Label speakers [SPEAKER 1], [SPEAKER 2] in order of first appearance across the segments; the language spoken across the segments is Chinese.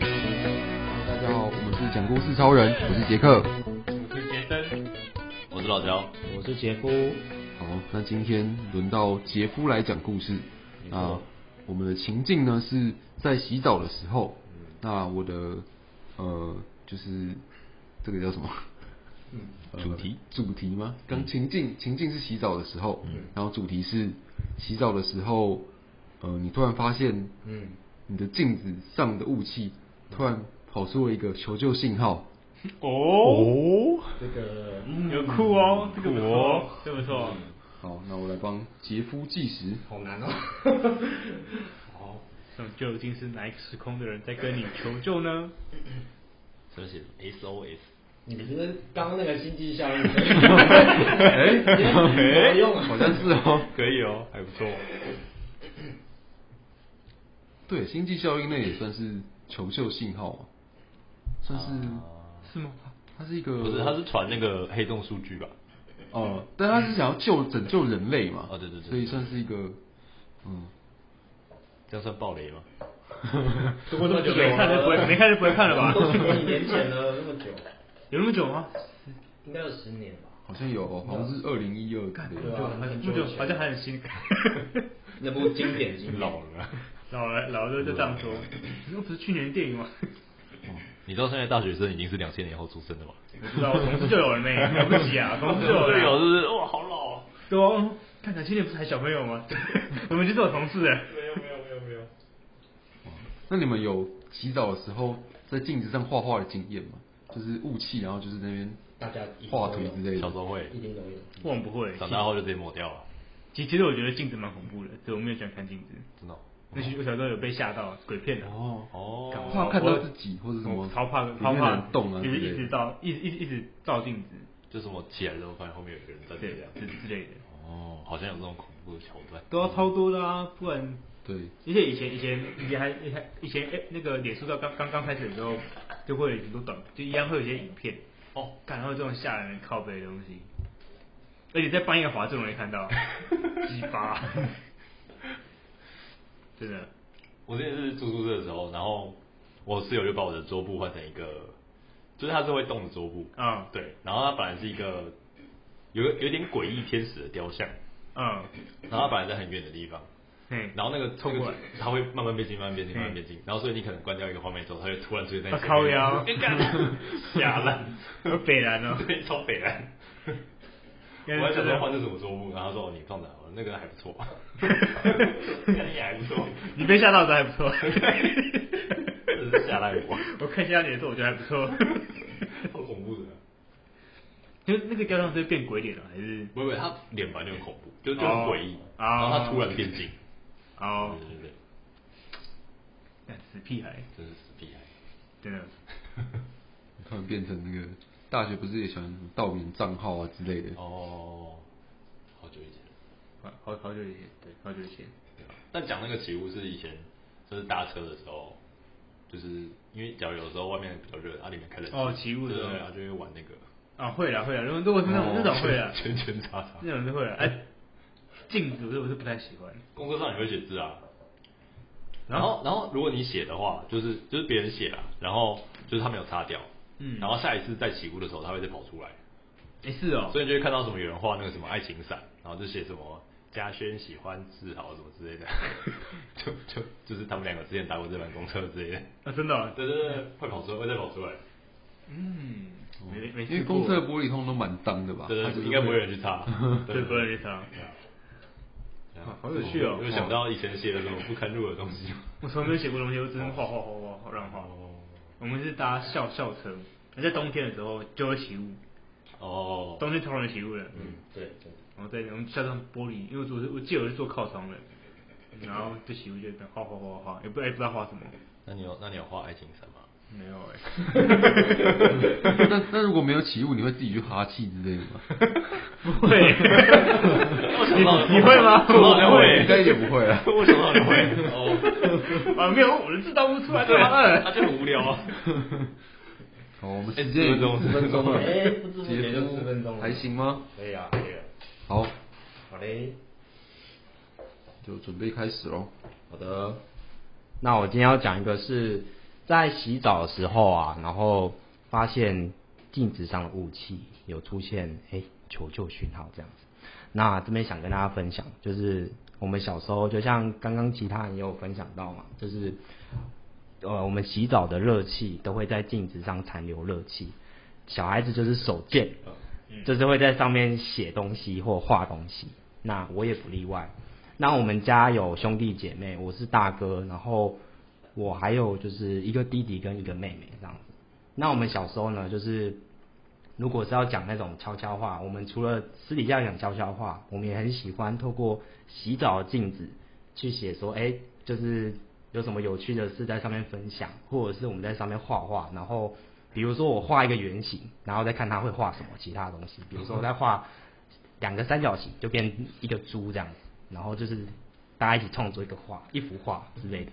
[SPEAKER 1] 大家好，我们是讲故事超人，我是杰克。
[SPEAKER 2] 我是杰森，
[SPEAKER 3] 我是老乔，
[SPEAKER 4] 我是杰夫，
[SPEAKER 1] 好，那今天轮到杰夫来讲故事。
[SPEAKER 4] 没错
[SPEAKER 1] 那我们的情境呢是在洗澡的时候，那我的呃就是这个叫什么？呃
[SPEAKER 3] 主题
[SPEAKER 1] 主题吗？刚情境情境是洗澡的时候，然后主题是洗澡的时候，呃，你突然发现，
[SPEAKER 4] 嗯，
[SPEAKER 1] 你的镜子上的雾气突然跑出了一个求救信号，
[SPEAKER 2] 哦，
[SPEAKER 4] 这个
[SPEAKER 2] 有酷哦，这个不错，这个不错，
[SPEAKER 1] 好，那我来帮杰夫计时。
[SPEAKER 4] 嗯好难 哦。
[SPEAKER 2] 哦，那究竟是哪一个时空的人在跟你求救呢？
[SPEAKER 3] 这写 SOS，
[SPEAKER 4] 你们是刚刚那个心机效应，哎，有用啊，
[SPEAKER 1] 好像是哦。
[SPEAKER 2] 可以哦，还不错。
[SPEAKER 1] 对，星际效应那也算是求救信号嘛，算是、
[SPEAKER 2] 是吗？
[SPEAKER 1] 它是一个
[SPEAKER 3] 啊不是，他是传那个黑洞数据吧？
[SPEAKER 1] 哦、但它是想要救拯救人类嘛，
[SPEAKER 3] 哦对对对
[SPEAKER 1] 所以算是一个嗯，
[SPEAKER 3] 这样算暴雷吗？
[SPEAKER 4] 这么久
[SPEAKER 2] 没看就不会，没看就不会看了吧？
[SPEAKER 4] 都几年前了，那么久，
[SPEAKER 2] 有那么久吗？
[SPEAKER 4] 应该有十年吧？
[SPEAKER 1] 好像有，哦好像是二零一二
[SPEAKER 2] 看
[SPEAKER 1] 看的，
[SPEAKER 4] 对啊
[SPEAKER 2] 那么久，好像还很新。
[SPEAKER 4] 那部经典经典
[SPEAKER 3] 老了，
[SPEAKER 2] 老了老了就这样说，那不是去年的电影吗？
[SPEAKER 3] 你知道现在大学生已经是两千年后出生的吗？
[SPEAKER 2] 我知道，我同事就有了呢，了不起啊，同事就有
[SPEAKER 3] 队
[SPEAKER 2] 了。
[SPEAKER 3] 友哦是不是？哇，好老、哦！
[SPEAKER 2] 对啊，看看现在不是还小朋友吗？ 我们就是我同事哎。
[SPEAKER 3] 没有没有没有没有，
[SPEAKER 1] 那你们有洗澡的时候在镜子上画画的经验吗？就是雾气，然后就是那边
[SPEAKER 4] 大家一定都有
[SPEAKER 1] 画图之类
[SPEAKER 3] 小
[SPEAKER 1] 的
[SPEAKER 3] 时。候会，
[SPEAKER 4] 一定都有。
[SPEAKER 2] 我很不会，
[SPEAKER 3] 长大后就直接抹掉了，
[SPEAKER 2] 其其实我觉得镜子蛮恐怖的，对我没有喜欢看镜子。
[SPEAKER 3] 真的哦。
[SPEAKER 2] 那些我小时候有被吓到鬼片的，
[SPEAKER 1] 哦
[SPEAKER 3] 哦
[SPEAKER 2] 干
[SPEAKER 1] 怕
[SPEAKER 2] 我
[SPEAKER 1] 看到
[SPEAKER 2] 我
[SPEAKER 1] 自己或者什么
[SPEAKER 2] 我超怕
[SPEAKER 1] 里面
[SPEAKER 2] 超
[SPEAKER 1] 的
[SPEAKER 2] 怕
[SPEAKER 1] 人动啊
[SPEAKER 2] 就
[SPEAKER 1] 之
[SPEAKER 2] 是
[SPEAKER 1] 类
[SPEAKER 2] 一
[SPEAKER 1] 的
[SPEAKER 2] 直照一直一直一直照镜子，
[SPEAKER 3] 就是我起来之后发现后面有一个人站着
[SPEAKER 2] 对
[SPEAKER 3] 这样。
[SPEAKER 2] 之之类的，
[SPEAKER 3] 哦，好像有这种恐怖的桥段。
[SPEAKER 2] 都要超多的啊，不然。
[SPEAKER 1] 对，
[SPEAKER 2] 而且以前以前以前还以前以前哎、那个脸书到刚刚刚开始的时候，就会有很多短，就一样会有一些影片，哦，看到这种吓人的靠背的东西，而且在半夜滑最容易看到，鸡巴， 真的，
[SPEAKER 3] 我之前是住宿舍的时候，然后我室友就把我的桌布换成一个，就是它是会动的桌布，
[SPEAKER 2] 嗯
[SPEAKER 3] 对，然后它本来是一个有有点诡异天使的雕像，
[SPEAKER 2] 嗯，
[SPEAKER 3] 然后它本来在很远的地方，
[SPEAKER 2] 嘿，
[SPEAKER 3] 然后那个
[SPEAKER 2] 凑过来，
[SPEAKER 3] 它会慢慢变近，慢慢变近，
[SPEAKER 2] 嗯
[SPEAKER 3] 慢慢变近，然后所以你可能关掉一个画面之后，它就突然出现在你
[SPEAKER 2] 啊
[SPEAKER 3] 前面
[SPEAKER 2] 靠 腰
[SPEAKER 3] 哎干 吓烂，
[SPEAKER 2] 有北南哦，
[SPEAKER 3] 对，超北蓝。
[SPEAKER 2] 因为
[SPEAKER 3] 我还想
[SPEAKER 2] 这
[SPEAKER 3] 说
[SPEAKER 2] 个
[SPEAKER 3] 换成什么桌布，然后他说哦你放哪？我说那个还 不错， 那也还不 错，
[SPEAKER 2] 你被吓到的还不错，
[SPEAKER 3] 真是 吓烂我，
[SPEAKER 2] 我看吓到你的时候我觉得还不 错，
[SPEAKER 3] 好恐怖的。
[SPEAKER 2] 就那个雕像是会变鬼脸了、还是
[SPEAKER 3] 不会，他脸本来就很恐怖，就就很
[SPEAKER 2] 哦
[SPEAKER 3] 诡异，
[SPEAKER 2] 哦
[SPEAKER 3] 然后他突然变近，
[SPEAKER 2] 哦，
[SPEAKER 3] 对对对，
[SPEAKER 2] 干死屁孩，
[SPEAKER 3] 真是死屁孩。
[SPEAKER 2] 真的。
[SPEAKER 1] 突然变成那个大学不是也喜欢什么盗名账号啊之类的，
[SPEAKER 3] 哦，好久以前了，
[SPEAKER 2] 好好好久以前，对，好久以前，
[SPEAKER 3] 对吧？但讲那个起雾是以前就是搭车的时候，就是因为假如有时候外面比较热，啊里面开冷气，
[SPEAKER 2] 哦起雾的
[SPEAKER 3] 对
[SPEAKER 2] 时候
[SPEAKER 3] 对，他就会玩那个
[SPEAKER 2] 啊，会了会了，如果如果是那种、
[SPEAKER 3] 哦
[SPEAKER 2] 那种 会了，啊
[SPEAKER 3] 圈圈叉叉。
[SPEAKER 2] 那种是会了。哎、镜子我是我是不太喜欢，
[SPEAKER 3] 工作上也会写字啊。
[SPEAKER 2] 然
[SPEAKER 3] 然
[SPEAKER 2] 后
[SPEAKER 3] 后，然后如果你写的话，就是就是别人写啦，然后就是他没有擦掉，
[SPEAKER 2] 嗯
[SPEAKER 3] 然后下一次再起雾的时候，他会再跑出来，
[SPEAKER 2] 哎、是哦，
[SPEAKER 3] 所以你就会看到什么有人画那个什么爱情伞，然后就写什么嘉轩喜欢志豪什么之类的， 就就就是他们两个之前打过这班公车之类的，
[SPEAKER 2] 啊真的、哦，
[SPEAKER 3] 对对对，会跑出来，会再跑出来，
[SPEAKER 2] 嗯，没没没
[SPEAKER 1] 因为
[SPEAKER 2] 试过，
[SPEAKER 1] 公厕的玻璃通都蛮脏的吧？
[SPEAKER 3] 对
[SPEAKER 1] 它就
[SPEAKER 3] 对，
[SPEAKER 1] 是
[SPEAKER 3] 应该不会有人去擦，
[SPEAKER 2] 对不会去擦
[SPEAKER 3] 对啊对啊
[SPEAKER 2] 啊好有趣哦
[SPEAKER 3] 有想到以前写的什么不堪入耳的东西吗？
[SPEAKER 2] 我从来没有写过东西，我只是画画画画乱画。
[SPEAKER 3] 哦
[SPEAKER 2] 我们是搭校校车，那在冬天的时候就会起雾，
[SPEAKER 3] 哦，
[SPEAKER 2] 冬天超容易起雾的。
[SPEAKER 4] 嗯，对 对。
[SPEAKER 2] 然后在我们校上玻璃，因为我是我记得我是坐靠窗的，然后就起雾就在那画画画画画，也不也不知道画什么，
[SPEAKER 3] 那你有那你有画爱情伞吗？
[SPEAKER 2] 没有哎、
[SPEAKER 1] 那那如果没有起雾，你会自己去哈气之类的吗？
[SPEAKER 2] 不会， 你你 会吗？
[SPEAKER 3] 我好像
[SPEAKER 2] 不
[SPEAKER 3] 会
[SPEAKER 1] 应该也不会 啊。
[SPEAKER 3] 我想到你会哦，
[SPEAKER 2] 啊，没有，我的字哎倒不出来
[SPEAKER 3] 对
[SPEAKER 2] 干嘛
[SPEAKER 3] 啊，
[SPEAKER 2] 呢？
[SPEAKER 3] 他就很无聊啊。
[SPEAKER 1] 好，我们
[SPEAKER 3] 哎
[SPEAKER 1] 时间已
[SPEAKER 3] 十分钟
[SPEAKER 1] 经十分钟了，
[SPEAKER 4] 哎，不知不觉
[SPEAKER 1] 杰
[SPEAKER 4] 就
[SPEAKER 1] 夫
[SPEAKER 4] 四分钟了，
[SPEAKER 1] 还行吗？
[SPEAKER 4] 可以啊，可以啊。
[SPEAKER 1] 好，
[SPEAKER 4] 好嘞，
[SPEAKER 1] 就准备开始喽。
[SPEAKER 5] 好的，那我今天要讲一个是在洗澡的时候啊，然后发现镜子上的雾气有出现哎、求救讯号这样子。那这边想跟大家分享，就是我们小时候就像刚刚其他人也有分享到嘛，就是呃我们洗澡的热气都会在镜子上残留热气，小孩子就是手贱，就是会在上面写东西或画东西。那我也不例外。那我们家有兄弟姐妹，我是大哥，然后我还有就是一个弟弟跟一个妹妹这样子。那我们小时候呢，就是如果是要讲那种悄悄话，我们除了私底下讲悄悄话，我们也很喜欢透过洗澡的镜子去写说，哎、就是有什么有趣的事在上面分享，或者是我们在上面画画，然后比如说我画一个圆形，然后再看他会画什么其他的东西，比如说在画两个三角形就变一个猪这样子，然后就是大家一起创作一个画，一幅画之类的，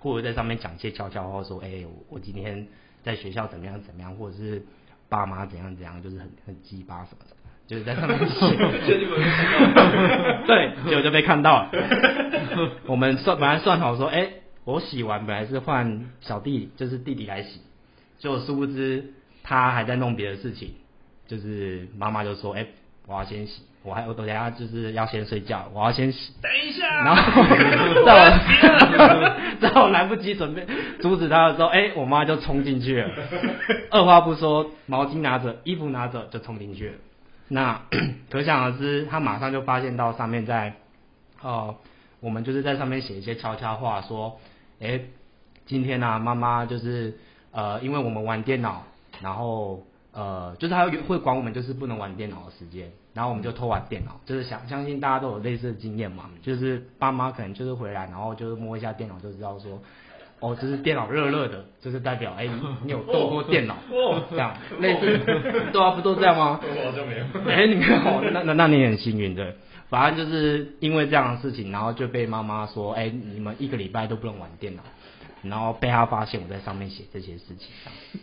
[SPEAKER 5] 或者在上面讲一些悄悄话，说，哎、我我今天在学校怎么样怎么样，或者是爸妈怎样怎样，就是很很鸡巴什么的，就是在上面写。 对，结果就被看到了。 我们算本来算好说，哎、我洗完本来是换小弟，就是弟弟来洗，结果殊不知他还在弄别的事情，就是妈妈就说，哎、我要先洗，我还我等一下就是要先睡觉，我要先洗。
[SPEAKER 2] 等一下，
[SPEAKER 5] 然后在我 在我来不及准备阻止他的时候，哎、我妈就冲进去了，二话不说，毛巾拿着，衣服拿着就冲进去了。那 可想而知，他马上就发现到上面在，呃，我们就是在上面写一些悄悄话，说，哎、今天呢、啊，妈妈就是呃，因为我们玩电脑，然后呃，就是他会管我们，就是不能玩电脑的时间，然后我们就偷玩电脑，就是想相信大家都有类似的经验嘛，就是爸妈可能就是回来，然后就是摸一下电脑就知道说。哦，就是电脑热热的，就是代表哎、你你有动过电脑，这样类似， 对啊，不都这样吗？
[SPEAKER 3] 我好像没有。
[SPEAKER 5] 哎、你看哦，那那那你很幸运的，反正就是因为这样的事情，然后就被妈妈说，哎、你们一个礼拜都不能玩电脑，然后被他发现我在上面写这些事情，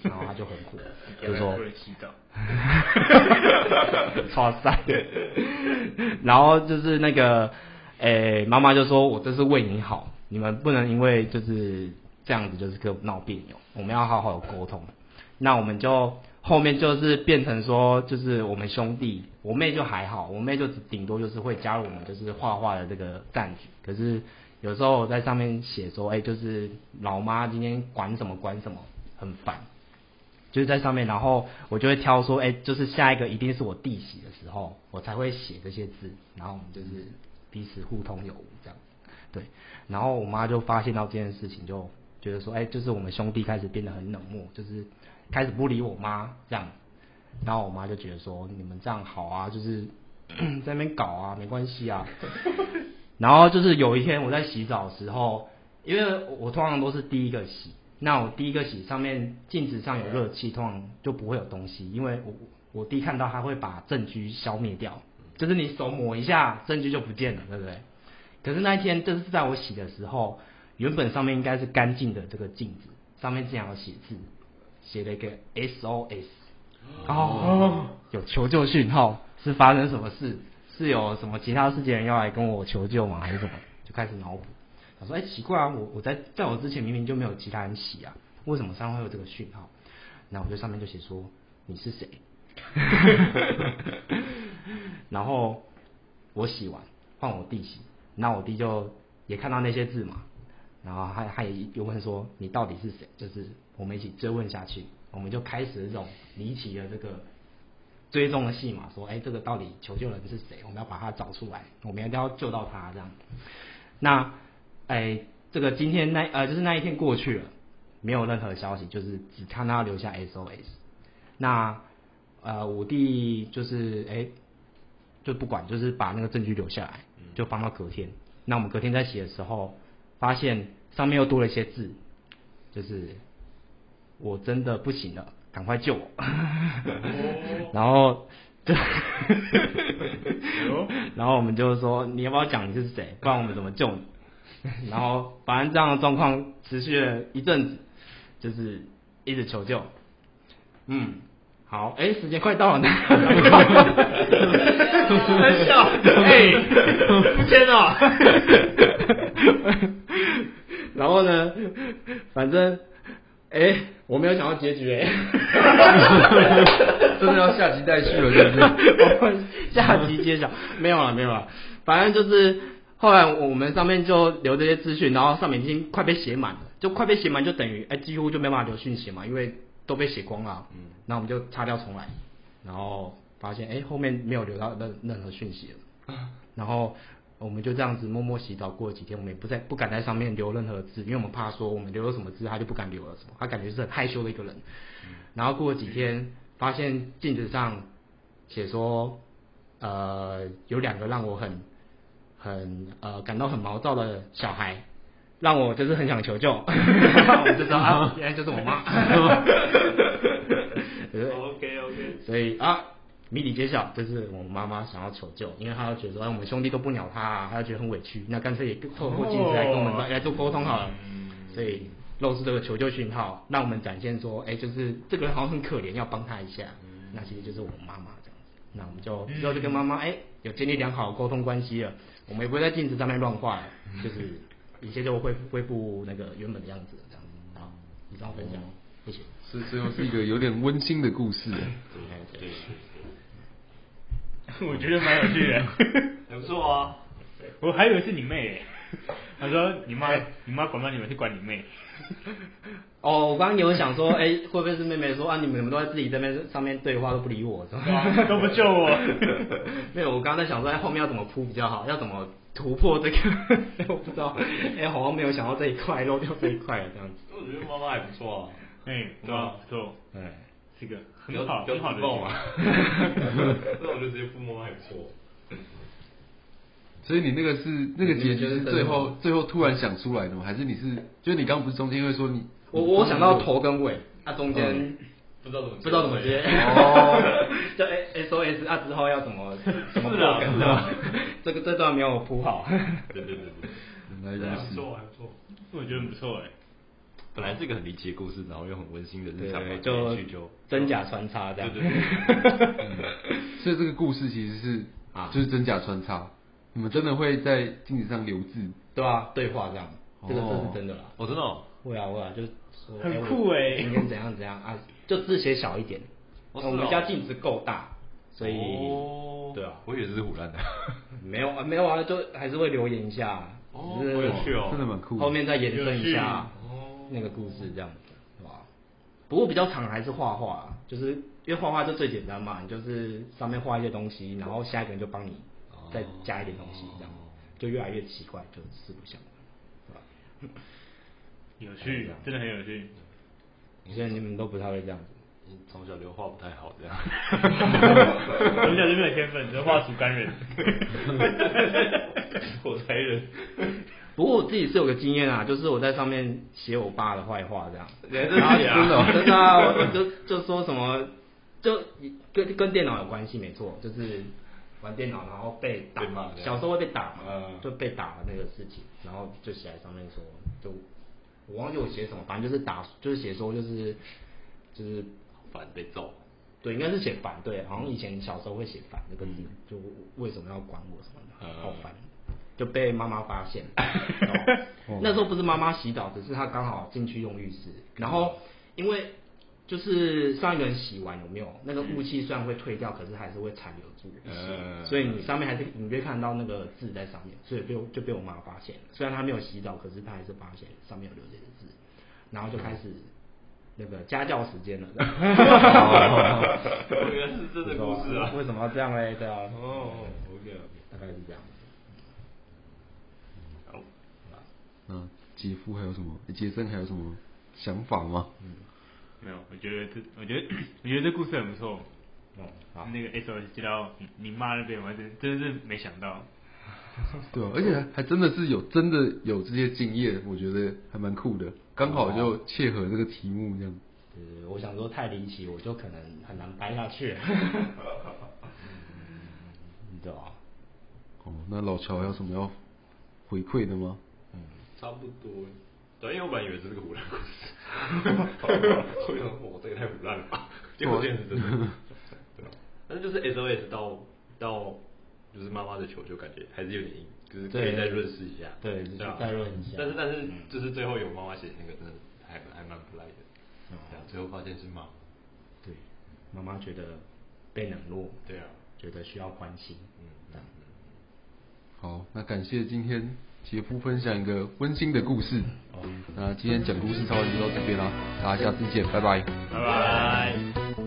[SPEAKER 5] 这样然后他就很苦，就说
[SPEAKER 2] 不能洗澡，
[SPEAKER 5] 超晒。然后就是那个，诶、妈妈就说：“我这是为你好，你们不能因为就是这样子就是个闹别扭，我们要好好沟通。”那我们就后面就是变成说，就是我们兄弟，我妹就还好，我妹就顶多就是会加入我们就是画画的这个战局，可是。有时候我在上面写说，哎、就是老妈今天管什么管什么，很烦。就是在上面，然后我就会挑说，哎、就是下一个一定是我弟洗的时候，我才会写这些字，然后我们就是彼此互通有无这样，对。然后我妈就发现到这件事情，就觉得说，哎、就是我们兄弟开始变得很冷漠，就是开始不理我妈这样。然后我妈就觉得说，你们这样好啊，就是 在那边搞啊，没关系啊。然后就是有一天我在洗澡的时候，因为我通常都是第一个洗，那我第一个洗上面镜子上有热气，通常就不会有东西，因为我我弟看到他会把证据消灭掉，就是你手抹一下证据就不见了，对不对？可是那一天，这是在我洗的时候，原本上面应该是干净的这个镜子，上面竟然有写字，写了一个 SOS，哦，有求救讯号，是发生什么事？是有什么其他事情要来跟我求救吗？还是什么？就开始脑补，想说，哎、奇怪啊，我我在在我之前明明就没有其他人洗啊，为什么上面会有这个讯号？那我就上面就写说你是谁， 然后我洗完换我弟洗，那我弟就也看到那些字嘛，然后他他也又问说你到底是谁？就是我们一起追问下去，我们就开始这种离奇的这个追踪的戏码，说，哎、这个到底求救人是谁？我们要把他找出来，我们一定要救到他这样。那，哎、这个今天那呃，就是那一天过去了，没有任何消息，就是只看他留下 SOS。那呃，我弟就是哎、就不管，就是把那个证据留下来，就放到隔天。那我们隔天在写的时候，发现上面又多了一些字，就是我真的不行了，赶快救我。 然后就，然后我们就说你要不要讲你是谁，不然我们怎么救你？ 然后反正这样的状况持续了一阵子，就是一直求救。嗯，好，哎、时间快到了呢， 很小，哎、不签了。然后呢，反正，哎、我没有想到结局哎、
[SPEAKER 1] 真的要下集待续了，是 不是？
[SPEAKER 5] 我们下集揭晓，没有了，啊没有了。反正就是后来我们上面就留这些资讯，然后上面已经快被写满了，就快被写满，就等于哎、几乎就没办法留讯息嘛，因为都被写光了。嗯，那我们就擦掉重来，然后发现哎、后面没有留到任任何讯息了，然后。我们就这样子默默洗澡，过了几天，我们也不在不敢在上面留任何字，因为我们怕说我们留了什么字，他就不敢留了什么，他感觉是很害羞的一个人。然后过了几天，发现镜子上写说，呃，有两个让我很很呃感到很毛躁的小孩，让我就是很想求救，我就知道啊，原来就是我妈。
[SPEAKER 2] OK OK，
[SPEAKER 5] 所以啊，谜底揭晓，就是我妈妈想要求救，因为她就觉得说，哎，我们兄弟都不鸟她、啊，她就觉得很委屈，那干脆也透过镜子来跟我们、
[SPEAKER 2] 哦
[SPEAKER 5] 来做沟通好了。所以露出这个求救讯号，让我们展现说，哎，就是这个人好像很可怜，要帮他一下。那其实就是我妈妈这样子。那我们就之后就跟妈妈哎、有建立良好的沟通关系了，我们也不会在镜子上面乱画了，就是一切就恢复恢复那个原本的样子了这样子。好，以上分享，谢谢。
[SPEAKER 1] 这最后是一个有点温馨的故事。啊
[SPEAKER 3] 对 对，
[SPEAKER 2] 我觉得蛮有趣的。
[SPEAKER 3] 很不错
[SPEAKER 5] 哦
[SPEAKER 3] 啊。
[SPEAKER 2] 我还以为是你妹 耶，他说你妈你妈管不到你们，是管你妹。
[SPEAKER 5] 哦，我刚刚有想说，哎、会不会是妹妹说啊，你们都在自己这边上面对话都不理我，是吧？
[SPEAKER 2] 哇都不救我
[SPEAKER 5] 没有，我刚刚在想说，哎，后面要怎么铺比较好，要怎么突破这个， 我不知道，哎、好像没有想到这一块，漏掉这一块了，这样子。
[SPEAKER 3] 我觉得妈妈还不错啊。
[SPEAKER 2] 哎，对吧？不错，
[SPEAKER 5] 哎，
[SPEAKER 2] 是个
[SPEAKER 3] 不
[SPEAKER 2] 很
[SPEAKER 3] 要
[SPEAKER 2] 好
[SPEAKER 3] 不要
[SPEAKER 2] 很好的
[SPEAKER 3] 自 爆
[SPEAKER 2] 女
[SPEAKER 3] 啊
[SPEAKER 2] 人。
[SPEAKER 3] 那我就直接父母还不错。
[SPEAKER 1] 所以你那个是那个结局是最后最后突然想出来的吗？还是你是就是你刚刚不是中间会说你
[SPEAKER 5] 我我想到头跟尾，啊中间
[SPEAKER 3] 嗯不知道怎么接
[SPEAKER 5] 不知道怎么接，
[SPEAKER 1] 哦，
[SPEAKER 5] 就 S O S 啊之后要怎么 怎么
[SPEAKER 3] 是
[SPEAKER 5] 破
[SPEAKER 3] 啊
[SPEAKER 5] 梗
[SPEAKER 3] 是啊，
[SPEAKER 5] 这个这段没有铺好。
[SPEAKER 3] 对对对对，
[SPEAKER 1] 原
[SPEAKER 3] 对
[SPEAKER 1] 来
[SPEAKER 3] 还
[SPEAKER 1] 如
[SPEAKER 3] 不
[SPEAKER 1] 此，
[SPEAKER 3] 错还不错。
[SPEAKER 2] 我觉得很不错哎。
[SPEAKER 3] 本来是一个很离奇的故事，然后又很温馨的日常嘛，
[SPEAKER 5] 对，
[SPEAKER 3] 连
[SPEAKER 5] 就
[SPEAKER 3] 续就
[SPEAKER 5] 真假穿插这样。
[SPEAKER 3] 对 对对嗯
[SPEAKER 1] 所以这个故事其实是
[SPEAKER 5] 啊
[SPEAKER 1] 就是真假穿插，你们真的会在镜子上留字，
[SPEAKER 5] 对啊，对话这样，这个这
[SPEAKER 1] 哦
[SPEAKER 5] 是真的啦。
[SPEAKER 3] 我真的哦
[SPEAKER 5] 会啊会啊，就是说
[SPEAKER 2] 很
[SPEAKER 5] 哎我
[SPEAKER 2] 酷欸
[SPEAKER 5] 今天怎样怎样啊，就字写小一点。
[SPEAKER 3] 哦
[SPEAKER 5] 那我
[SPEAKER 3] 是
[SPEAKER 5] 们
[SPEAKER 3] 哦
[SPEAKER 5] 家镜子够大，所以
[SPEAKER 3] 哦
[SPEAKER 5] 对啊，
[SPEAKER 3] 我以为是胡 乱的。
[SPEAKER 5] 没有啊没有啊，就还是会留言一下，
[SPEAKER 3] 哦
[SPEAKER 5] 只是
[SPEAKER 3] 好有趣哦
[SPEAKER 1] 真的蛮酷的。
[SPEAKER 5] 后面再延伸一下
[SPEAKER 3] 哦
[SPEAKER 5] 那个故事这样子，对吧？不过比较常还是画画啊，就是因为画画就最简单嘛，你就是上面画一些东西，然后下一个人就帮你再加一点东西，这样
[SPEAKER 3] 哦
[SPEAKER 5] 就越来越奇怪，就四不像，对吧？
[SPEAKER 2] 有趣，真的很有趣。
[SPEAKER 5] 所以你们都不太会这样子。
[SPEAKER 3] 你从小就画不太好，这样。
[SPEAKER 2] 我们小就没有天分，只能画竹竿人。
[SPEAKER 3] 火柴人，
[SPEAKER 5] 不过我自己是有个经验啊，就是我在上面写我爸的坏话这样，
[SPEAKER 3] 真
[SPEAKER 5] 然后
[SPEAKER 3] 假
[SPEAKER 5] 真的哦真的啊，我我就就说什么，就跟跟电脑有关系没错，就是玩电脑然后被打
[SPEAKER 3] 被骂这样
[SPEAKER 5] 小时候会被打嘛，
[SPEAKER 3] 嗯
[SPEAKER 5] 就被打那个事情，然后就写在上面说，就我忘记我写什么，反正就是打，就是写说就是就是
[SPEAKER 3] 反被揍。
[SPEAKER 5] 对，应该是写反对，好像以前小时候会写反那个字，就为什么要管我什么的，
[SPEAKER 3] 嗯
[SPEAKER 5] 好烦，就被妈妈发现。然后那时候不是妈妈洗澡，只是她刚好进去用浴室，然后因为就是上一轮洗完有没有那个雾气虽然会退掉，可是还是会残留住一些，
[SPEAKER 3] 嗯
[SPEAKER 5] 所以你上面还是你会看到那个字在上面，所以被我就被我妈发现了。虽然她没有洗澡，可是她还是发现上面有留这个字，然后就开始那个家教时间了。
[SPEAKER 3] 我原来是真的故事啊。
[SPEAKER 5] 为什么要这样嘞？对啊，
[SPEAKER 3] 哦，OK OK。
[SPEAKER 5] 大概是这样。
[SPEAKER 3] 好，
[SPEAKER 1] 嗯，杰夫还有什么？哎杰森还有什么想法吗？
[SPEAKER 2] 没有，我觉得这，我觉得， 我觉得这故事很不错。
[SPEAKER 5] 嗯，好，
[SPEAKER 2] 那个 SOS 接到你你妈那边，我还真真的是没想到。
[SPEAKER 1] 对啊，而且还真的是有真的有这些经验，我觉得还蛮酷的，刚好就切合这个题目这样。
[SPEAKER 5] 就是我想说太离奇，我就可能很难掰下去。你知道吧？
[SPEAKER 1] 哦，那老乔还有什么要回馈的吗？
[SPEAKER 3] 差不多。对，因为我本来以为这是个胡乱故 事， 我想说哦我这个太胡乱了吧，结果竟然是真的。对啊，但是就是 SOS 到到就是妈妈的球就感觉还是有点硬，就是可以
[SPEAKER 5] 对
[SPEAKER 3] 再润饰一下，
[SPEAKER 5] 对就是
[SPEAKER 3] 啊
[SPEAKER 5] 再润一下嗯
[SPEAKER 3] 但是但是就是最后有妈妈写那个真的还还蛮不赖的，
[SPEAKER 5] 哦
[SPEAKER 3] 对啊，最后发现是妈妈，
[SPEAKER 5] 对，妈妈觉得被冷落，
[SPEAKER 3] 对啊，
[SPEAKER 5] 觉得需要关心，
[SPEAKER 3] 嗯
[SPEAKER 5] 这样
[SPEAKER 1] 好，那感谢今天杰夫分享一个温馨的故事。那今天讲故事超人就到这边啦，大家下次见，拜拜。
[SPEAKER 2] 拜拜。